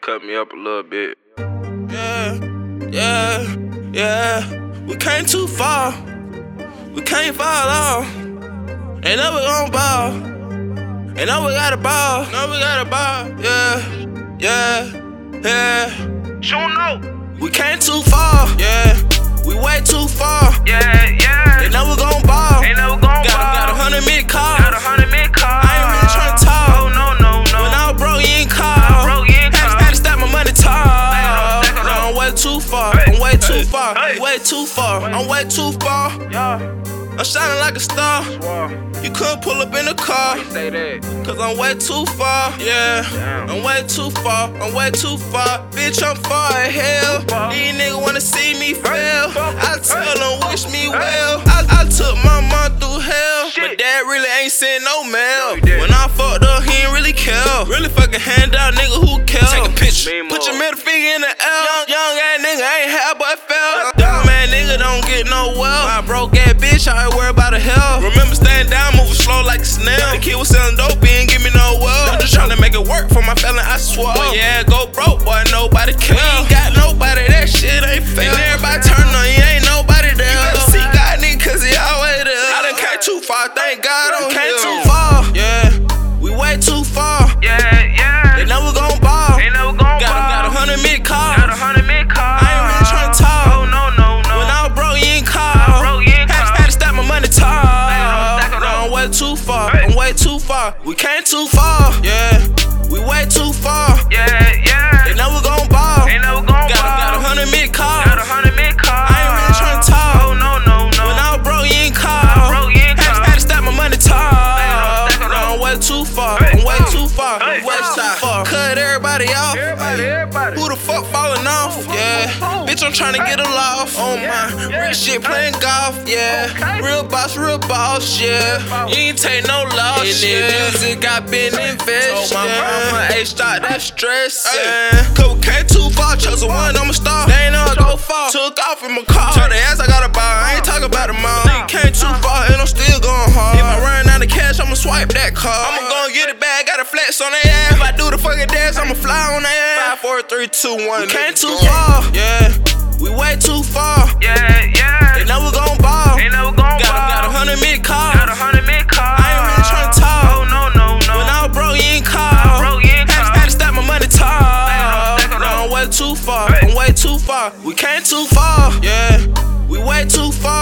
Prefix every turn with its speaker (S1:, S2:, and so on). S1: Cut me up a little bit.
S2: Yeah, yeah, yeah. We came too far. We can't fall off. And now we gon' ball. And now we got a ball. Now we got a ball. Yeah, yeah, yeah.
S1: Juno!
S2: We came too far. Yeah, we way too far.
S1: Yeah, yeah.
S2: And now we gon' ball.
S1: Ain't never gon'
S2: Got a, got a hundred mid cars.
S1: Got a hundred mid car.
S2: I ain't really tryna talk.
S1: Oh, no, no, no.
S2: When I was broke, you ain't call.
S1: broke, you ain't
S2: Had to-
S1: call.
S2: Had to stop my money talk.
S1: Back it up, back it
S2: Nah, I'm
S1: up.
S2: way too far.
S1: Hey,
S2: I'm way too
S1: hey,
S2: far.
S1: hey.
S2: Way too far. I'm way too far.
S1: yeah.
S2: I'm shining like a star.
S1: Swar.
S2: You couldn't pull up in the car.
S1: Say that.
S2: Cause I'm way too far. Yeah.
S1: Damn.
S2: I'm way too far. I'm way too far. Bitch, I'm far as hell.
S1: far.
S2: These niggas wanna see me fail.
S1: fuck.
S2: I tell
S1: Hey.
S2: them, wish me well. I, I took my mom through hell. But
S1: Shit.
S2: dad really ain't sent no
S1: No,
S2: mail.
S1: he
S2: when
S1: didn't.
S2: I fucked up, he ain't really care. Really fucking hand out, nigga, who care? Take a picture.
S1: Mean
S2: Put your
S1: more.
S2: middle finger in the L. Young, young ass nigga ain't had but fell. Dumb ass nigga don't get no well. My broke ass bitch, I ain't worried about the hell. Remember staying down, moving slow like a snail. The kid was selling dope, he ain't give me no well. I'm just tryna make it work for my felon, I swear. But yeah, go broke, boy, nobody care. We ain't got nobody, that shit ain't fair. And everybody turn on you, ain't nobody there. You gotta see God, nigga, cause he always there. I done came too far, thank God I'm
S1: Came
S2: here.
S1: too
S2: far, yeah. We way too far.
S1: Yeah,
S2: They
S1: yeah.
S2: know we gon' ball.
S1: Ain't never gon' ball.
S2: Got, got a hundred mid cars.
S1: Got a hundred mid car.
S2: I ain't really tryna talk.
S1: Oh, no, no, no.
S2: When I was broke, you ain't call.
S1: broke, you ain't
S2: had,
S1: call.
S2: had to stop my money talk.
S1: Back it up, back it
S2: Nah,
S1: up.
S2: I'm way too far.
S1: Hey.
S2: I'm way too far. We came too far. Yeah, we way too far.
S1: yeah,
S2: And
S1: yeah.
S2: now we gon' ball.
S1: Ain't never gon' ball.
S2: got, got a hundred mid call.
S1: Got a hundred mid car.
S2: I ain't really tryna talk.
S1: Oh, no, no, no.
S2: When I was broke, you ain't call.
S1: broke, you ain't
S2: had,
S1: call.
S2: had to stop my money talk.
S1: up, back it up.
S2: Nah, I'm way too far.
S1: Hey.
S2: I'm way too far.
S1: Hey.
S2: I'm way too far. Cut everybody off.
S1: Everybody, everybody.
S2: Who the fuck falling off? Yeah. Bitch, I'm tryna get a loft. On my
S1: Yeah.
S2: real shit playing golf. Yeah.
S1: Okay.
S2: Real boss, real boss. Yeah. You ain't take no loss. Yeah. music, I been invested. Told my mama, hey, stop that stress. Yeah. Cause we came too far. Chose a one, I'm a star. They ain't know I go far. Took off in my car. Told the ass I got a bar. I ain't talk about them all. Nigga came too far and I'm still going hard. If I run out of cash, I'ma swipe that car. I'ma go and get it back. Got a flex on that ass. If I do the fucking dance, I'ma fly on that ass. Five, four, three, two, one. We came too far. Yeah. We way too far.
S1: Yeah,
S2: They
S1: yeah.
S2: know we gon' ball.
S1: Ain't never gon' ball.
S2: Got, got a hundred mid call.
S1: Got a hundred mid car.
S2: I ain't really tryna talk.
S1: Oh, no, no, no.
S2: When I was broke, you ain't call.
S1: broke, you ain't
S2: Had to-
S1: call.
S2: Had to stop my money
S1: Back
S2: talk.
S1: it up, back it
S2: Nah,
S1: up.
S2: I'm way too far. I'm way too far. We came too far. Yeah. We way too far.
S1: Oh,